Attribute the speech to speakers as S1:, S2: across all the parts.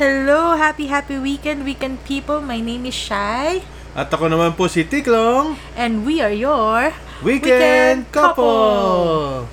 S1: Hello! Happy, happy weekend, weekend people! My name is Shai,
S2: At ako naman po si Tiklong,
S1: and we are your
S2: Weekend, Couple!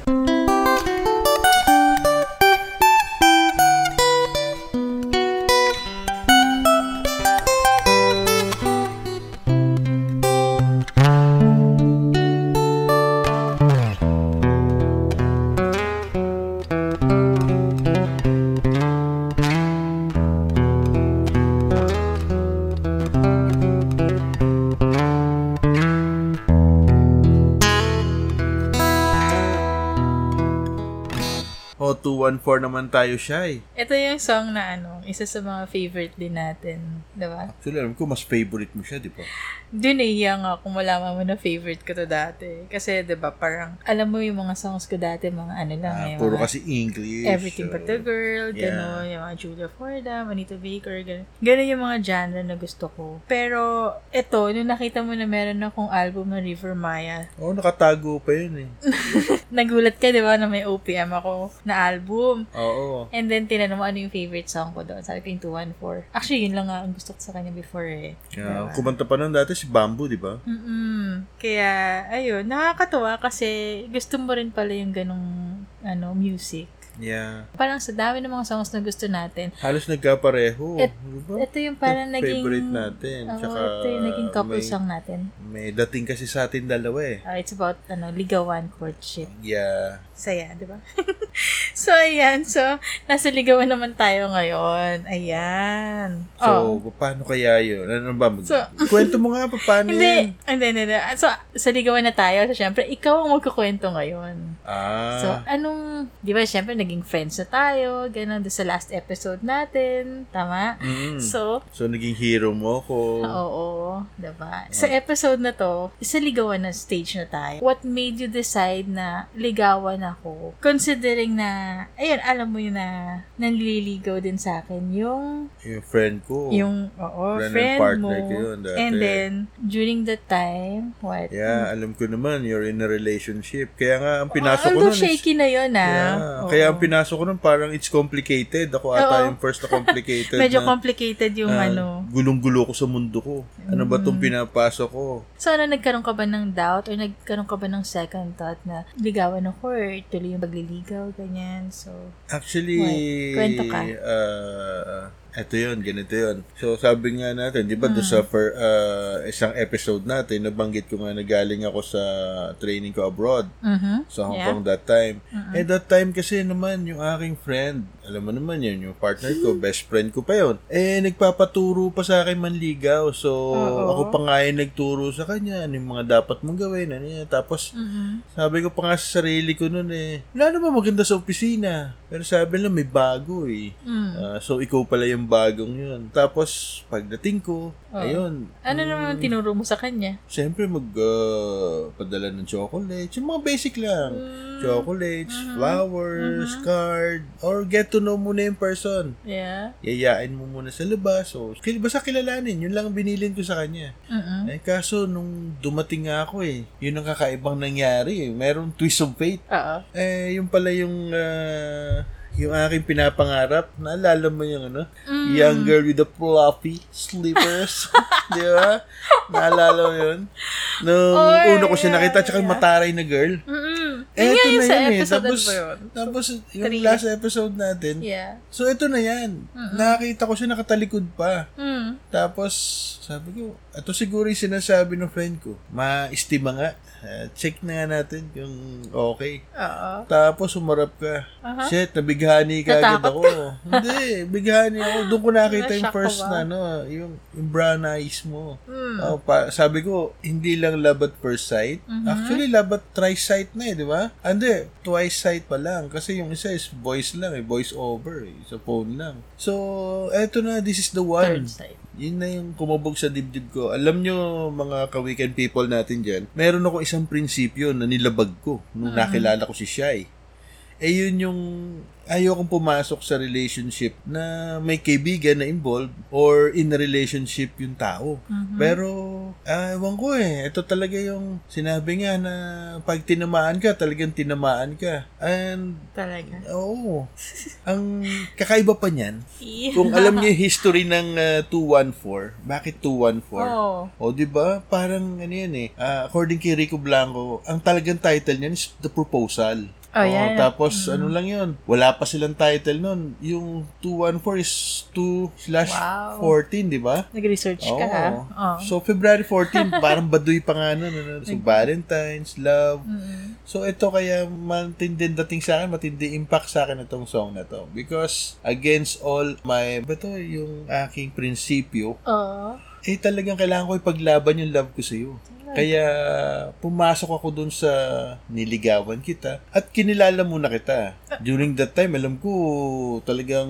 S2: O, 214 naman tayo siya eh.
S3: Ito yung song na ano, isa sa mga favorite din natin, di ba?
S2: Actually, alam ko, mas favorite mo siya, di ba?
S3: Doon naiiyak nga kung malaman mo na favorite ko to dati. Kasi, di ba, parang, alam mo yung mga songs ko dati, mga ano lang.
S2: Ah,
S3: yung
S2: puro
S3: mga
S2: kasi English.
S3: Everything
S2: so-
S3: But the Girl,
S2: yeah.
S3: gano'n, yung mga Julia Forda, Anita Baker, gano'n. Gano'n yung mga genre na gusto ko. Pero, ito, nung nakita mo na meron akong album ng River Maya,
S2: Oo, nakatago pa yun eh.
S3: nagulat ka, di ba, na may OPM ako na album.
S2: Oo.
S3: And then, tinanong mo ano yung favorite song ko doon. Sabi ko yung 214. Actually, yun lang nga ang gusto ko sa kanya before eh.
S2: Yeah, kumanta pa nun dati si Bamboo, di ba?
S3: mm Kaya, ayun, nakakatuwa kasi gusto mo rin pala yung ganong ano, music.
S2: Yeah.
S3: Parang sa dami ng mga songs na gusto natin,
S2: Halos nagkapareho.
S3: Et-
S2: di ba?
S3: ito yung parang naging...
S2: Favorite natin.
S3: Oo,
S2: Tsaka
S3: ito yung naging couple
S2: may-
S3: song natin.
S2: May dating kasi sa atin dalawa eh.
S3: Ah, it's about ano, ligawan, courtship.
S2: Yeah.
S3: Saya, di ba? so, ayan. So, nasa ligawan naman tayo ngayon. Ayan. Oh.
S2: So, paano kaya yun? Ano ba? Mag-
S3: So-
S2: Kwento mo nga pa, paano yun?
S3: Hindi, hindi, hindi. So, sa ligawan na tayo. So, syempre, ikaw ang magkukwento ngayon.
S2: Ah.
S3: So, anong, di ba, syempre, naging friends na tayo, ganun, doon sa last episode natin, tama?
S2: mm. so,
S3: So, ah,
S2: naging hero mo ako.
S3: oo, di
S2: Hmm.
S3: ba? Sa episode na to, sa ligawan na stage na tayo, what made you decide na ligawan ako? Considering na, ayun, alam mo yun na, nanliligaw din sa akin yung,
S2: Yung friend ko.
S3: yung, oo,
S2: Friend and
S3: friend, mo.
S2: Oh. partner ko yun dati.
S3: And then, during that time, what?
S2: Yeah, alam ko naman, you're in a relationship. Kaya nga, ang pinasok ko
S3: Although
S2: nun is-
S3: shaky na yun, ah.
S2: Yeah.
S3: Oo.
S2: Kaya ang pinasok ko nun, parang it's complicated. Ako ata
S3: Oo.
S2: yung first na complicated
S3: Medyo
S2: na, Ah.
S3: complicated yung
S2: na
S3: ano. Mm.
S2: gulong-gulo ko sa mundo ko. Ano ba tong pinapasok ko?
S3: So, ano, nagkaroon ka ba ng doubt or nagkaroon ka ba ng second thought na ligawan ako or tuloy yung pagliligaw, ganyan. So,
S2: Actually,
S3: Wait, kwento ka.
S2: ah, eto yun, ganito yun. So, sabi nga natin, di ba,
S3: Mm.
S2: doon sa fir- ah, isang episode natin, nabanggit ko nga na galing ako sa training ko abroad
S3: mhm
S2: sa Hong
S3: Yeah.
S2: Kong that time. Eh, that time kasi naman, yung aking friend, alam mo naman yun, yung partner ko, best friend ko pa yun, eh, nagpapaturo pa sa akin manligaw. So,
S3: Oo.
S2: ako pa nga yung nagturo sa kanya, ano yung mga dapat mong gawin, ano yun. Tapos,
S3: Mhm.
S2: sabi ko pa nga sa sarili ko noon eh, wala naman maganda sa opisina. Pero sabi lang, may bago eh.
S3: Mm.
S2: Ah, so, ikaw pala yung bagong yun. Tapos, pagdating ko, ayun.
S3: Ano naman
S2: Mm.
S3: yung tinuro mo sa kanya?
S2: Siyempre, magpadala ng chocolates. Yung mga basic lang. Chocolates,
S3: Mm-hmm.
S2: flowers, card, or get to know muna yung person.
S3: Yeah.
S2: Yayain mo muna sa labas. So, kil- basta kilalanin. Yun lang ang binilin ko sa kanya.
S3: mm
S2: Eh, kaso, nung dumating nga ako eh, yun ang kakaibang nangyari eh. Merong twist of fate.
S3: Oo.
S2: Eh, yung pala yung, ah, yung aking pinapangarap. Naalala mo yung ano?
S3: Mm.
S2: Young girl with the fluffy slippers. Di ba? Naalala mo yun? Nung
S3: Oy,
S2: una ko siya nakita, tsaka yung
S3: yeah.
S2: mataray na girl.
S3: Mm-mm. Yun
S2: Eh,
S3: nga
S2: ito
S3: yun
S2: na
S3: sa
S2: yun eh.
S3: episode
S2: Tapos,
S3: ano ba yun?
S2: tapos yung
S3: Three.
S2: last episode natin.
S3: Yeah.
S2: So, ito na yan. Nakakita ko siya nakatalikod pa.
S3: Mm.
S2: Tapos, sabi ko, ito siguro yung sinasabi ng friend ko. Ma-estima nga. Ah, check na nga natin kung okay.
S3: Oo.
S2: Tapos humarap ka. Shit, nabighani ka agad
S3: Natakot
S2: ako. Hindi, bighani ako. Doon ko nakita
S3: Na-shock ka
S2: yung first
S3: ba?
S2: na, ano, yung, yung brown eyes mo.
S3: Mm.
S2: Oh, pa- sabi ko, hindi lang love at first sight.
S3: Mhm.
S2: Actually, love at tri-sight na eh, di ba? Hindi, twice sight pa lang. Kasi yung isa is voice lang eh, voice over eh, sa phone lang. So, eto na, this is the one.
S3: Third side.
S2: Yun na yung kumabog sa dibdib ko. Alam nyo, mga ka-weekend people natin dyan, meron ako isang prinsipyo na nilabag ko nung nakilala ko si Shai. Eh yun yung ayokong pumasok sa relationship na may kaibigan na involved or in a relationship yung tao. Pero, ah, ewan ko eh. Ito talaga yung sinabi nga na pag tinamaan ka, talagang tinamaan ka. And,
S3: Talaga.
S2: oo. ang kakaiba pa niyan,
S3: Yeah.
S2: kung alam niyo yung history ng ah, 214, bakit 214?
S3: Oo.
S2: O, di ba? Parang ano yan eh. Ah, according kay Rico Blanco, ang talagang title niyan is The Proposal.
S3: Oh,
S2: Oo,
S3: yeah.
S2: Tapos, ano lang yun? Wala pa silang title nun. Yung 214 is 2 slash
S3: Wow. Oh.
S2: 14, di ba?
S3: Nag-research ka,
S2: Oo.
S3: ha? Oo.
S2: So, February 14, parang baduy pa nga nun. Ano? So, Valentine's, love. So, ito kaya matindi dating sa akin, matindi impact sa akin itong song na to. Because, against all my, ba to, yung aking prinsipyo,
S3: Oo.
S2: eh talagang kailangan ko ipaglaban yung love ko sa'yo. Kaya pumasok ako dun sa niligawan kita at kinilala muna kita. During that time, alam ko talagang,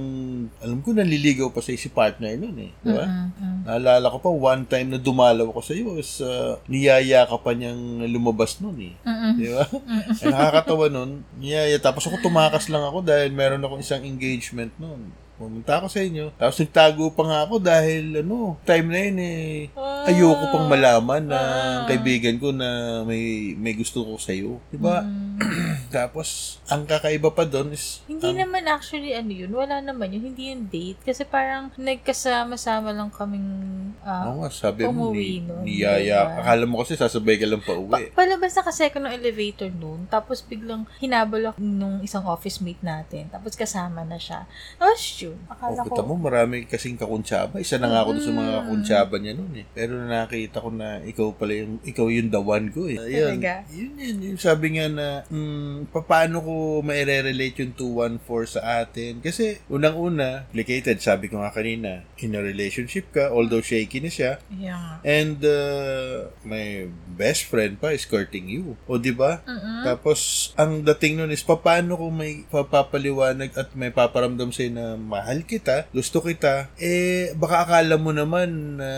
S2: alam ko naliligaw pa sa si partner nun eh. Di ba?
S3: Mm-hmm. Mm-mm.
S2: Naalala ko pa, one time na dumalaw ako sa iyo, is, uh, niyaya ka pa niyang lumabas nun eh.
S3: Mm-mm.
S2: Di ba? Ang Eh, nakakatawa nun, niyaya. Tapos ako tumakas lang ako dahil meron akong isang engagement nun. Pumunta ako sa inyo. Tapos nagtago pa nga ako dahil ano, time na yun eh.
S3: Ah.
S2: Ayoko pang malaman na
S3: Ah.
S2: ang kaibigan ko na may may gusto ko sa iyo. 'Di ba? Tapos ang kakaiba pa doon is
S3: Mm. Hmm. Hindi
S2: ang-
S3: naman actually ano yun. Wala naman yun. Hindi yung date. Kasi parang nagkasama-sama lang kaming... ah,
S2: Oo ano nga, sabi mo ni,
S3: Umuwi nun,
S2: niyaya.
S3: diba?
S2: Akala mo kasi sasabay ka lang pa
S3: pa-
S2: uwi.
S3: palabas na kasi ako ng elevator noon. Tapos biglang hinabol ako nung isang office mate natin. Tapos kasama na siya. Tapos yun. Akala
S2: Oh,
S3: ko...
S2: kita mo, marami kasing kakuntsaba. Isa na nga ako doon sa mga
S3: Mm.
S2: kakuntsaba niya noon eh. Pero nakita ko na ikaw pala yung, ikaw yung the one ko eh. Ayun.
S3: Talaga?
S2: Yun yun. Yung sabi nga na, mm, paano ko maire-relate yung 214 sa atin? Kasi, unang-una, complicated. Sabi ko nga kanina, in a relationship ka, although shaky na siya,
S3: Ayan nga.
S2: and uh, my best friend pa is courting you. O, di ba?
S3: Mm-mm.
S2: Tapos, ang dating nun is, paano kung may papapaliwanag at may paparamdam sa'yo na mahal kita, gusto kita, eh, baka akala mo naman na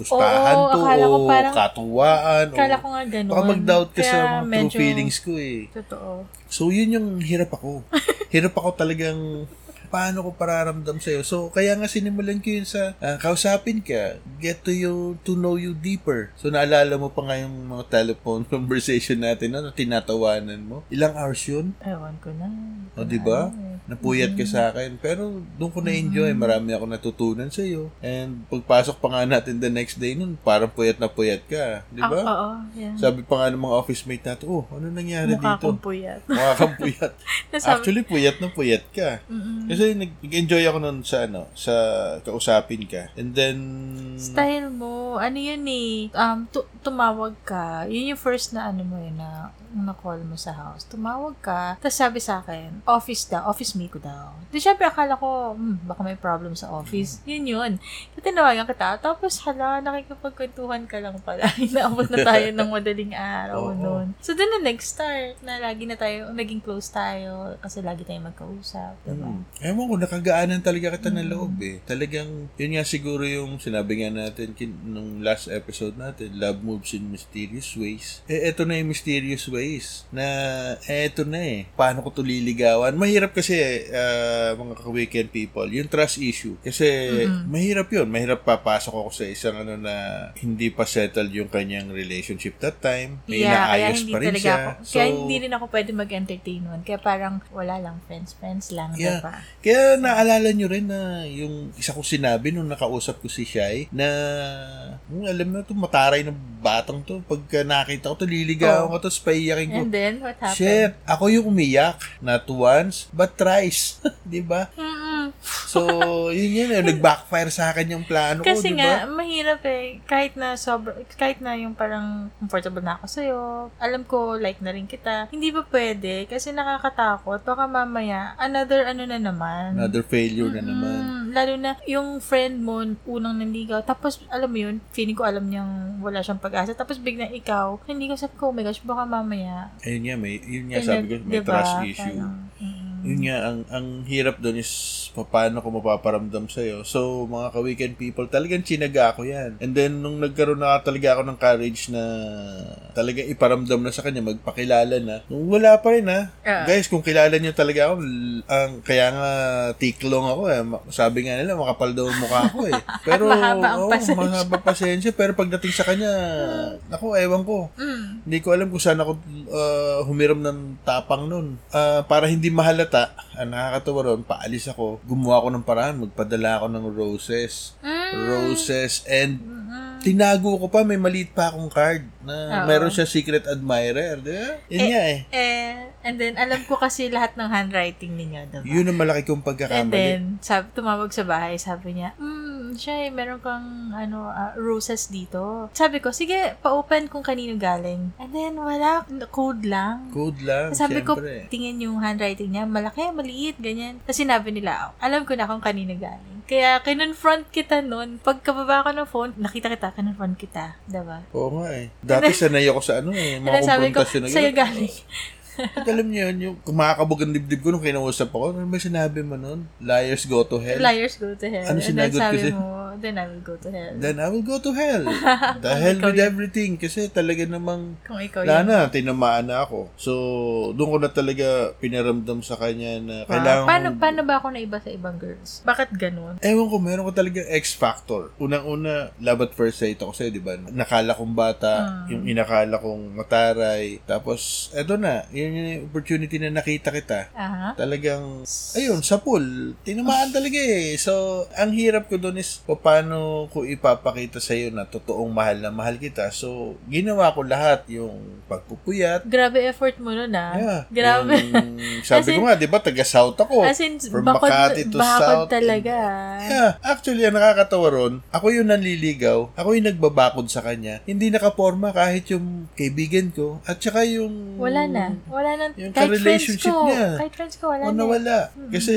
S2: gustahan
S3: Oo,
S2: to,
S3: akala ko
S2: o
S3: parang-
S2: katuwaan,
S3: Akala
S2: o,
S3: ko nga ganun.
S2: Ano? baka mag-doubt ka sa
S3: Kaya
S2: mga
S3: medyo-
S2: true feelings ko eh.
S3: Totoo.
S2: So, yun yung hirap ako. hirap ako talagang paano ko pararamdam sa'yo. So, kaya nga sinimulan ko yun sa ah, kausapin ka, get to you, to know you deeper. So, naalala mo pa nga yung mga telephone conversation natin, ano, tinatawanan mo. Ilang hours yun?
S3: Ewan ko na. Hindi ko
S2: O,
S3: na
S2: Oh, di ba?
S3: alam eh.
S2: Napuyat ka sa akin. Pero doon ko na-enjoy. Marami ako natutunan sa iyo. And pagpasok pa nga natin the next day nun, parang puyat na puyat ka. Di
S3: Ah,
S2: ba?
S3: oo, yan.
S2: Sabi pa nga ng mga office mate natin, oh, ano nangyari
S3: Mukha
S2: dito?
S3: kong puyat.
S2: Mukha kang puyat.
S3: Nasabi-
S2: Actually, puyat na puyat ka.
S3: Mm-mm.
S2: Kasi nag- nag-enjoy ako nun sa ano, sa kausapin ka. And then,
S3: Style mo, ano yun eh, um, tu- tumawag ka, yun yung first na ano mo yun na, na call mo sa house. Tumawag ka, tapos sabi sa akin, office daw, office mate ko daw. Di syempre akala ko, hmm, baka may problem sa office. Yun yun. Tinawagan kita, tapos hala, nakikipagkwentuhan ka lang pala. Inaabot na tayo ng madaling araw
S2: Oo.
S3: noon. So, dun na next start, na lagi na tayo, naging close tayo, kasi lagi tayong magkausap, diba?
S2: Mm. Ewan ko, nakagaanan talaga kita ng loob eh. Talagang, yun nga siguro yung sinabi nga natin kin- nung last episode natin, love moves in mysterious ways. Eh, eto na yung mysterious ways na eh, eto na eh. Paano ko to liligawan? Mahirap kasi eh, ah, mga ka-weekend people, yung trust issue. Kasi mahirap yun. Mahirap papasok ako sa isang ano na hindi pa settled yung kanyang relationship that time. May
S3: Yeah, kaya
S2: inaayos
S3: hindi
S2: pa rin
S3: talaga
S2: siya.
S3: ako.
S2: So,
S3: Kaya hindi rin ako pwede mag-entertain nun. Kaya parang wala lang, friends, friends lang.
S2: Yeah.
S3: Diba?
S2: Kaya naalala nyo rin na yung isa ko sinabi nung nakausap ko si Shai na "Hmm, alam mo to mataray ng batang to. Pagka nakita ko to, liligawan ko to, tapos paiyakin ko.
S3: Oh. And then, what happened?
S2: Shit, ako yung umiyak. Not once, but thrice. di ba?
S3: Mm-mm.
S2: So, yun yun. eh, Nag-backfire sa akin yung plano ko,
S3: Kasi
S2: di
S3: nga,
S2: ba?
S3: mahirap eh. Kahit na sobra, kahit na yung parang comfortable na ako sa'yo, alam ko, like na rin kita. Hindi ba pwede? Kasi nakakatakot. Baka mamaya, another ano na naman.
S2: Another failure na naman.
S3: Mm, lalo na yung friend mo unang nanligaw. Tapos, alam mo yun, feeling ko alam niyang wala siyang pag-asa. Tapos, biglang ikaw, nanligaw. Sabi ko, oh my gosh, baka mamaya.
S2: Ayun nga, may, yun nga
S3: Pinag-
S2: sabi ko, may
S3: diba?
S2: trust issue.
S3: Parang, mm,
S2: Yun nga, ang, ang hirap doon is paano ko mapaparamdam sa'yo. So, mga ka-weekend people, talagang chinaga ako yan. And then, nung nagkaroon na talaga ako ng courage na talaga iparamdam na sa kanya, magpakilala na, nung wala pa rin ha.
S3: Ah.
S2: Guys, kung kilala niyo talaga ako, l- ang, kaya nga tiklong ako eh. Ma- Sabi nga nila, makapal daw ang mukha ko eh. Pero,
S3: mahaba ang
S2: oo,
S3: pasensya.
S2: mahaba pasensya. Pero pagdating sa kanya, ako, ewan ko.
S3: Mm.
S2: Hindi ko alam kung saan ako uh, humiram ng tapang nun. Ah, para hindi mahalata, ang nakakatawa ron, paalis ako, gumawa ako ng paraan, magpadala ako ng roses.
S3: mm.
S2: Roses and
S3: Mm-mm.
S2: tinago ko pa, may maliit pa akong card na
S3: Oo.
S2: meron siya secret admirer. Di ba? Yun nga eh.
S3: Eh, and then, alam ko kasi lahat ng handwriting ninyo, diba?
S2: Yun ang malaki kong
S3: And
S2: pagkakamali.
S3: then, sabi, tumawag sa bahay, sabi niya, hmm, Shay, meron kang ano, ah, roses dito. Sabi ko, sige, pa-open kung kanino galing. And then, wala, code lang.
S2: Code lang,
S3: Sabi ko,
S2: syempre.
S3: tingin yung handwriting niya, malaki, maliit, ganyan. Tapos sinabi nila, "Oh, alam ko na kung kanino galing. Kaya, kinonfront kita nun. Pagkababa ko ng phone, nakita kita, kinonfront kita. Diba?
S2: Oo nga eh. Dati sanay ako sa ano eh,
S3: And
S2: mga
S3: then, sabi ko,
S2: konfrontasyon na
S3: sa'yo galing.
S2: At alam niyo yun, yung kumakabog ang dibdib ko nung kinausap ako. Ano ba sinabi mo nun? Liars go to hell.
S3: Liars go to hell. And
S2: Ano
S3: then
S2: sinagot ko
S3: sabi
S2: sa'yo?
S3: mo, then I will go to hell.
S2: Then I will go to hell. The hell
S3: Ikaw
S2: with
S3: yun.
S2: everything. Kasi talaga namang
S3: kung ikaw
S2: wala
S3: yun.
S2: na, tinamaan na ako. So, doon ko na talaga pinaramdam sa kanya na
S3: Wow. Ah,
S2: kailangan
S3: paano,
S2: kong-
S3: paano ba ako naiba sa ibang girls? Bakit ganun?
S2: Ewan ko, meron ko talaga X-Factor. Unang-una, love at first sight ako sa'yo, di ba? Nakala kong
S3: Ah.
S2: bata, yung inakala kong mataray. Tapos, eto na, yun yung opportunity na nakita kita.
S3: Aha.
S2: Talagang, ayun, sa pool, tinamaan talaga eh. So, ang hirap ko doon is, paano ko ipapakita sa iyo na totoong mahal na mahal kita. So, ginawa ko lahat, yung pagpupuyat,
S3: Grabe effort mo nun ah.
S2: yeah,
S3: Grabe.
S2: yung- sabi
S3: As in-
S2: ko nga, di ba, taga-south ako.
S3: As in,
S2: From
S3: bakod,
S2: Makati to
S3: bakod
S2: South.
S3: talaga. ah.
S2: Yeah, actually, ang nakakatawa ron, ako yung nanliligaw, ako yung nagbabakod sa kanya, hindi nakaporma kahit yung kaibigan ko, at saka yung...
S3: Wala na. Wala na.
S2: Yung
S3: Kahit friends
S2: ka-relationship
S3: ko.
S2: niya.
S3: Kahit friends ko, wala
S2: Wala,
S3: na.
S2: wala. Kasi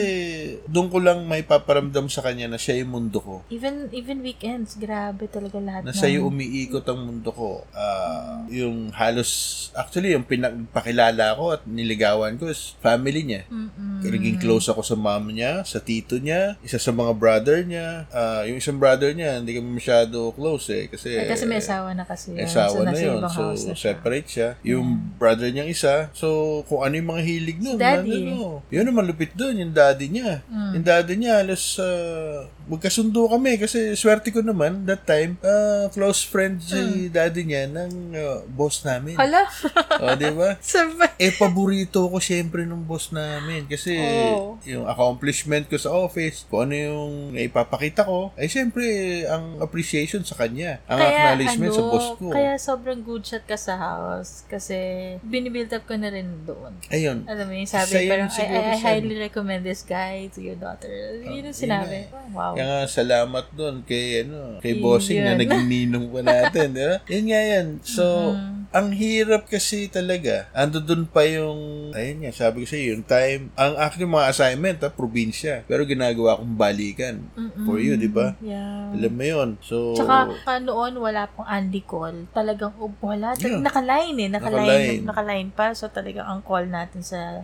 S2: doon ko lang may paparamdam sa kanya na siya yung mundo ko.
S3: Even even weekends, grabe talaga lahat
S2: na
S3: ng-
S2: sa'yo um- umiikot ang mundo ko. Ah, yung halos, actually, yung pinagpakilala ko at niligawan ko is family niya.
S3: Mm-mm.
S2: Naging close ako sa mom niya, sa tito niya, isa sa mga brother niya. Ah, yung isang brother niya, hindi kami masyado close eh. Kasi,
S3: Ay, kasi may asawa na kasi yun.
S2: may asawa na
S3: nasa
S2: yun.
S3: ibang
S2: So,
S3: house na siya.
S2: separate siya. Yung brother niyang isa. So, kung ano yung mga hilig nun.
S3: Si daddy.
S2: Ano, yun ang malupit dun, yung daddy niya.
S3: Mm.
S2: Yung daddy niya, halos ah, magkasundo kami. Kasi swerte ko naman, that time, ah, close friend si daddy niya ng ah, boss namin.
S3: Mm. Hala?
S2: o, di ba?
S3: Sabay.
S2: Eh, paborito ko syempre ng boss namin. Kasi
S3: Oo.
S2: yung accomplishment ko sa office, kung ano yung ipapakita ko, ay syempre ang appreciation sa kanya. Ang acknowledgement sa boss ko.
S3: ano, Kaya sobrang good shot ka sa house kasi binibuild up ko na rin doon.
S2: Ayun.
S3: Alam mo yung sabi,
S2: Isa yun
S3: parang, I,
S2: siguro
S3: I- I
S2: sa-
S3: highly recommend this guy to your daughter. yun
S2: yun
S3: yung sinabi.
S2: na
S3: wow.
S2: Kaya nga, salamat doon kay, ano, kay
S3: Yun
S2: bossing na
S3: yun.
S2: naging ninong pa natin. di ba? Yun nga yan. So,
S3: Mm. Mm-hmm.
S2: ang hirap kasi talaga. Ando doon pa yung, ayun nga, sabi ko sa yung time, ang aking mga assignment, ha, probinsya. Pero ginagawa kong balikan
S3: Mm-mm.
S2: for you, di ba?
S3: Yeah.
S2: Alam mo yun. So,
S3: Mm-hmm. Tsaka pa noon, wala pong Andy call. Talagang oh, wala. Tal-
S2: Yeah.
S3: Nakaline eh. Nakaline,
S2: Nakaline.
S3: nakaline. pa. So talagang ang call natin sa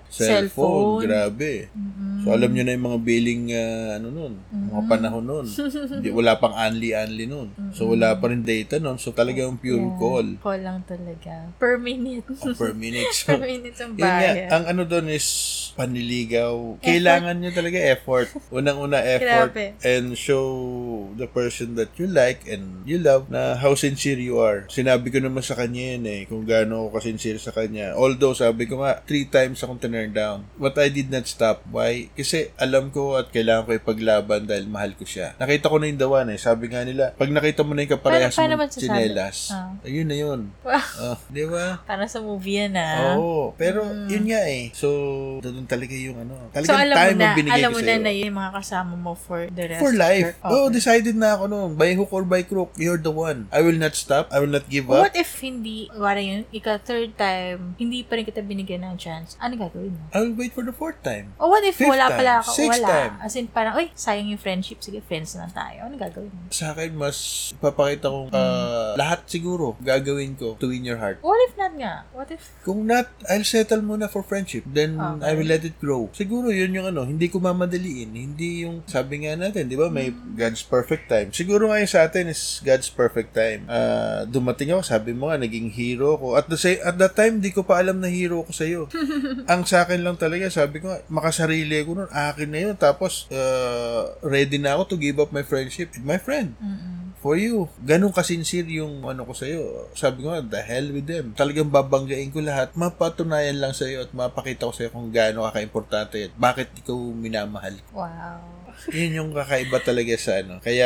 S3: cellphone.
S2: cellphone, grabe.
S3: Mm-mm.
S2: So, alam nyo na yung mga billing, ah, ano nun, mga
S3: Mm-hmm.
S2: panahon nun. Hindi, wala pang anli-anli nun. So, wala pa rin data nun. So, talagang pure
S3: Mm-hmm. Yeah.
S2: call.
S3: Call lang talaga. Per minute.
S2: per minute. So,
S3: per minute ang
S2: Oh. Yun nga,
S3: bayad.
S2: ang ano doon is panliligaw. Kailangan nyo talaga effort. Unang-una effort
S3: Grabe.
S2: and show the person that you like and you love na how sincere you are. Sinabi ko naman sa kanya yun eh, kung gaano ako kasincere sa kanya. Although, sabi ko nga, three times akong turn down. But I did not stop. Why? Kasi alam ko at kailangan ko ipaglaban dahil mahal ko siya. Nakita ko na yung dawan eh. Sabi nga nila, pag nakita mo na yung kaparehas
S3: Paano- paano
S2: mong
S3: ba sasabi?
S2: chinelas,
S3: Ah.
S2: ayun na yun.
S3: Wow.
S2: Ah, di ba?
S3: Para sa movie yan ah.
S2: Oo. Pero, yun nga eh. So, doon talaga yung ano.
S3: So alam
S2: Talagang
S3: mo
S2: time
S3: na,
S2: ang binigay
S3: alam
S2: ko
S3: mo na
S2: sa'yo.
S3: na yun yung mga kasama mo for the rest
S2: For
S3: of
S2: life.
S3: your-
S2: Oh,
S3: Okay.
S2: decided na ako noon. By hook or by crook, you're the one. I will not stop. I will not give up.
S3: What if hindi, wala yun, ika third time, hindi pa rin kita binigyan ng chance, ano gagawin mo?
S2: I will wait for the fourth time.
S3: O what if
S2: Fifth
S3: wala
S2: time,
S3: pala ako,
S2: sixth
S3: wala.
S2: time.
S3: As in parang, uy, sayang yung friendship, sige, friends na lang tayo, ano gagawin mo?
S2: Sa akin, mas ipapakita kong ah, lahat siguro gagawin ko to win your your heart.
S3: What if not nga? What if...
S2: Kung not, I'll settle muna for friendship. Then,
S3: Okay.
S2: I will let it grow. Siguro, yun yung ano, hindi ko mamadaliin. Hindi yung, sabi nga natin, di ba, may God's perfect time. Siguro nga yung sa atin is God's perfect time. Ah, dumating ako, sabi mo nga, naging hero ko. At the same, at that time, di ko pa alam na hero ko sa'yo. Ang sa akin lang talaga, sabi ko, nga, makasarili ko nun, akin na yun. Tapos, ah, ready na ako to give up my friendship with my friend
S3: Mm-mm.
S2: for you. Ganun kasincere yung ano ko sa'yo. Sabi ko nga, the hell with them. Talagang babanggain ko lahat. Mapatunayan lang sa'yo at mapakita ko sa'yo kung gaano ka kaimportante at bakit ikaw minamahal ko.
S3: Wow.
S2: Yun yung kakaiba talaga sa ano. Kaya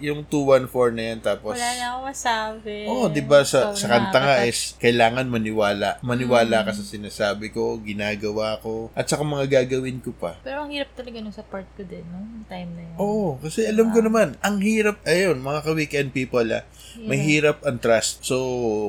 S2: yung 214 na yan tapos...
S3: Wala na akong masabi.
S2: Oo, oh, di ba sa,
S3: So,
S2: sa kanta nga eh.
S3: nakakatawa.
S2: is kailangan maniwala. Maniwala ka sa sinasabi ko, ginagawa ko, at saka mga gagawin ko pa.
S3: Pero ang hirap talaga nung sa part ko din, no? Yung time na yun.
S2: Oo, kasi alam ko naman, ang hirap, ayun, mga ka-weekend people ah, mahirap ang trust. So,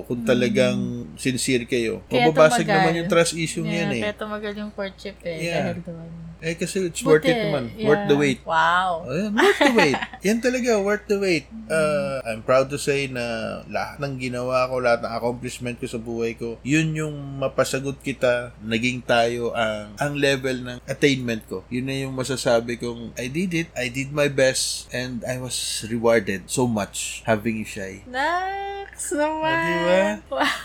S2: kung talagang sincere kayo,
S3: Mm. Kaya
S2: mababasag
S3: tumagal.
S2: naman yung trust issue
S3: Yeah,
S2: yan eh.
S3: Kaya tumagal yung courtship eh.
S2: Yeah.
S3: Dahil doon.
S2: Eh, kasi it's worth
S3: Buti,
S2: it naman.
S3: yeah.
S2: Worth the wait.
S3: Wow.
S2: Ayun, worth the wait. Yan talaga, worth the wait.
S3: Mm.
S2: Uh, I'm proud to say na lahat ng ginawa ko, lahat ng accomplishment ko sa buhay ko, yun yung mapasagot kita, naging tayo ang, ang level ng attainment ko. Yun na yung masasabi kong, I did it, I did my best, and I was rewarded so much having you, Shai.
S3: Next
S2: Ah,
S3: naman.
S2: di ba?
S3: Wow.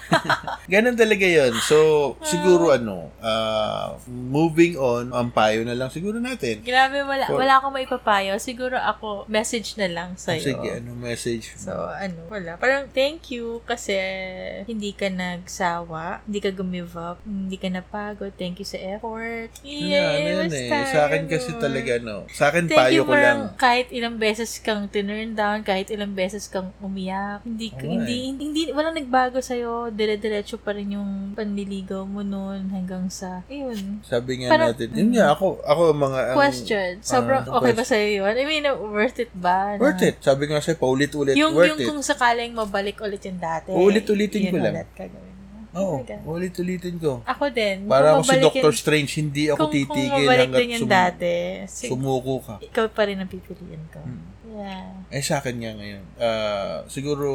S2: Ganun talaga yon So, siguro ano, ah, moving on, ang payo na lang siguro natin.
S3: Grabe, wala,
S2: For-
S3: wala akong maipapayo. Siguro ako, message na lang sa'yo.
S2: Sige, ano message?
S3: So, ano, wala. Parang thank you kasi hindi ka nagsawa, hindi ka gumive up, hindi ka napagod. Thank you sa effort. Yay!
S2: Yeah, ano yun eh.
S3: basta,
S2: Sa akin kasi
S3: ganun.
S2: talaga, no. Sa akin,
S3: Thank
S2: payo
S3: you
S2: ko lang.
S3: parang kahit ilang beses kang tinurn down, kahit ilang beses kang umiyak, hindi ka-
S2: Oo nga
S3: hindi, hindi hindi walang nagbago sa dire-diretso pa rin yung panliligaw mo noon hanggang sa ayun.
S2: Sabi nga
S3: Parang-
S2: natin. Yun nga, ako, ako mga... ang-
S3: Question. Sobrang
S2: ah,
S3: okay ba
S2: Um, question.
S3: sa yun? I mean, worth it ba? na-
S2: Worth it. Sabi ko nga sa'yo, paulit-ulit.
S3: Yung
S2: worth
S3: yung
S2: it.
S3: kung sakaling mabalik ulit yung dati.
S2: Ulit-ulitin
S3: yun
S2: ko lang.
S3: ulit gagawin mo.
S2: Oo,
S3: Talaga.
S2: ulit-ulitin ko.
S3: Ako din.
S2: Para ako si
S3: mabalik
S2: Doctor
S3: yun-
S2: Strange, hindi ako
S3: kung, kung
S2: titigil
S3: mabalik din
S2: hanggat
S3: yung
S2: sum-
S3: dati, sig-
S2: sumuko ka.
S3: ikaw pa rin ang pipiliin ko.
S2: Hmm.
S3: Yeah.
S2: Ay, sa akin nga ngayon. Ah, siguro,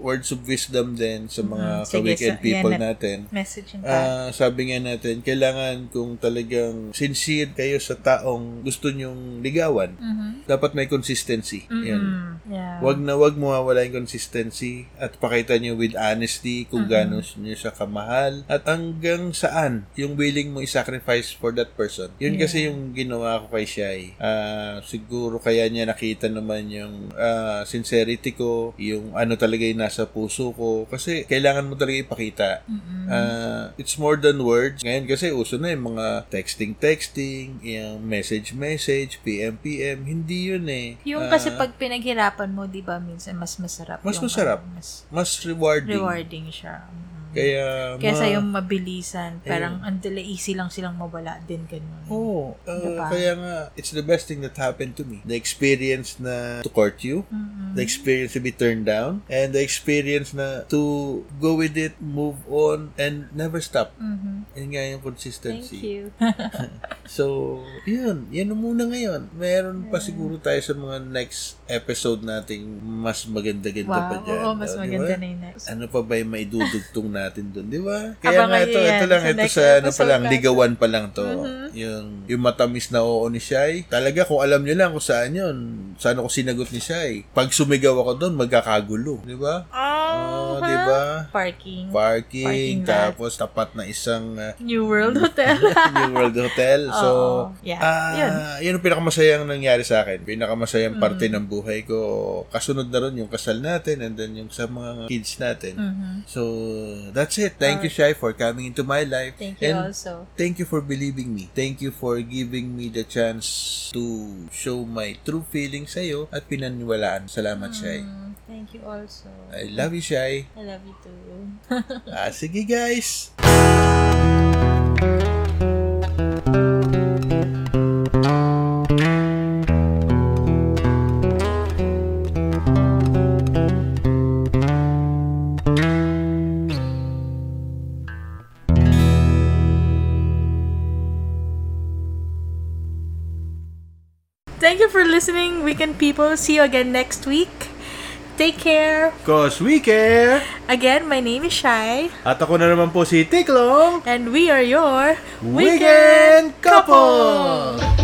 S2: words of wisdom din sa mga
S3: Mhm. Sige,
S2: ka-weekend
S3: sa- yan
S2: people
S3: na-
S2: natin.
S3: Message yung pa.
S2: Ah, sabi nga natin, kailangan kung talagang sincere kayo sa taong gusto nyong ligawan,
S3: Mhm.
S2: dapat may consistency. Yan.
S3: Mm-mm. Yeah.
S2: Wag na wag mawawala yung consistency at pakita nyo with honesty kung gaano nyo siya kamahal at hanggang saan yung willing mo i-sacrifice for that person. Yun
S3: Yeah.
S2: kasi yung ginawa ko kay Shai. Ah, siguro kaya niya nakita naman yung ah, sincerity ko, yung ano talaga yung nasa puso ko kasi kailangan mo talaga ipakita
S3: Mm-mm.
S2: Ah, it's more than words. Ngayon kasi uso na yung mga texting-texting, yung message-message, PM-PM. Hindi yun eh.
S3: yung
S2: Ah,
S3: kasi pag pinaghirapan mo, di ba, minsan mas masarap.
S2: Mas
S3: yung
S2: masarap.
S3: ano, mas
S2: Mas rewarding.
S3: rewarding siya. Mm.
S2: Kaya,
S3: Kesa
S2: ma-
S3: yung mabilisan, parang ang dala easy lang silang mawala din ganun.
S2: Oo. Ah,
S3: Diba?
S2: Kaya nga, it's the best thing that happened to me. The experience na to court you,
S3: Mm-mm.
S2: the experience to be turned down, and the experience na to go with it, move on, and never stop.
S3: Mhm.
S2: Yun nga yung
S3: Thank
S2: consistency.
S3: you.
S2: So, yun. Yan ang muna ngayon. Meron pa siguro tayo sa mga next episode nating mas maganda-ganda pa
S3: wow,
S2: dyan.
S3: oo, mas
S2: O, di
S3: maganda
S2: ba?
S3: na yun. next.
S2: Ano pa ba yung maidudugtong natin doon, di ba? Kaya
S3: Abangan
S2: nga ito,
S3: nyo yan
S2: ito lang,
S3: sa
S2: ito
S3: next
S2: sa ano pa
S3: episode
S2: lang,
S3: natin.
S2: ligawan pa lang to.
S3: Mhm.
S2: Yung, yung matamis na oo ni Shai. Talaga, kung alam nyo lang kung saan yun, saan ako sinagot ni Shai. Pag sumigaw ako doon, magkakagulo, di ba?
S3: Oh,
S2: di
S3: ha?
S2: ba?
S3: Parking. Parking
S2: Parking,
S3: lot.
S2: tapos tapat na isang uh,
S3: New World Hotel.
S2: New World Hotel. So,
S3: Oo. yeah.
S2: Ah,
S3: yun. Mm.
S2: yun. ang pinakamasayang nangyari sa akin. Pinakamasayang parte ng buhay ko. Kasunod na ron yung kasal natin and then yung sa mga kids natin.
S3: Mhm.
S2: So, that's it. Thank you, Shai, for coming into my life.
S3: Ah. Thank you
S2: and
S3: also.
S2: thank you for believing me. Thank you for giving me the chance to show my true feelings sa'yo at pinaniwalaan. Salamat, Shai.
S3: Mm, Thank you also.
S2: I love you, Shai.
S3: I love you too.
S2: ah, sige, guys.
S1: Thank you for listening, Weekend People. See you again next week.
S3: Take care!
S2: Cause we care!
S3: Again, my name is Shai,
S2: At ako na naman po si Tiklong,
S3: and we are your
S2: Weekend Couple!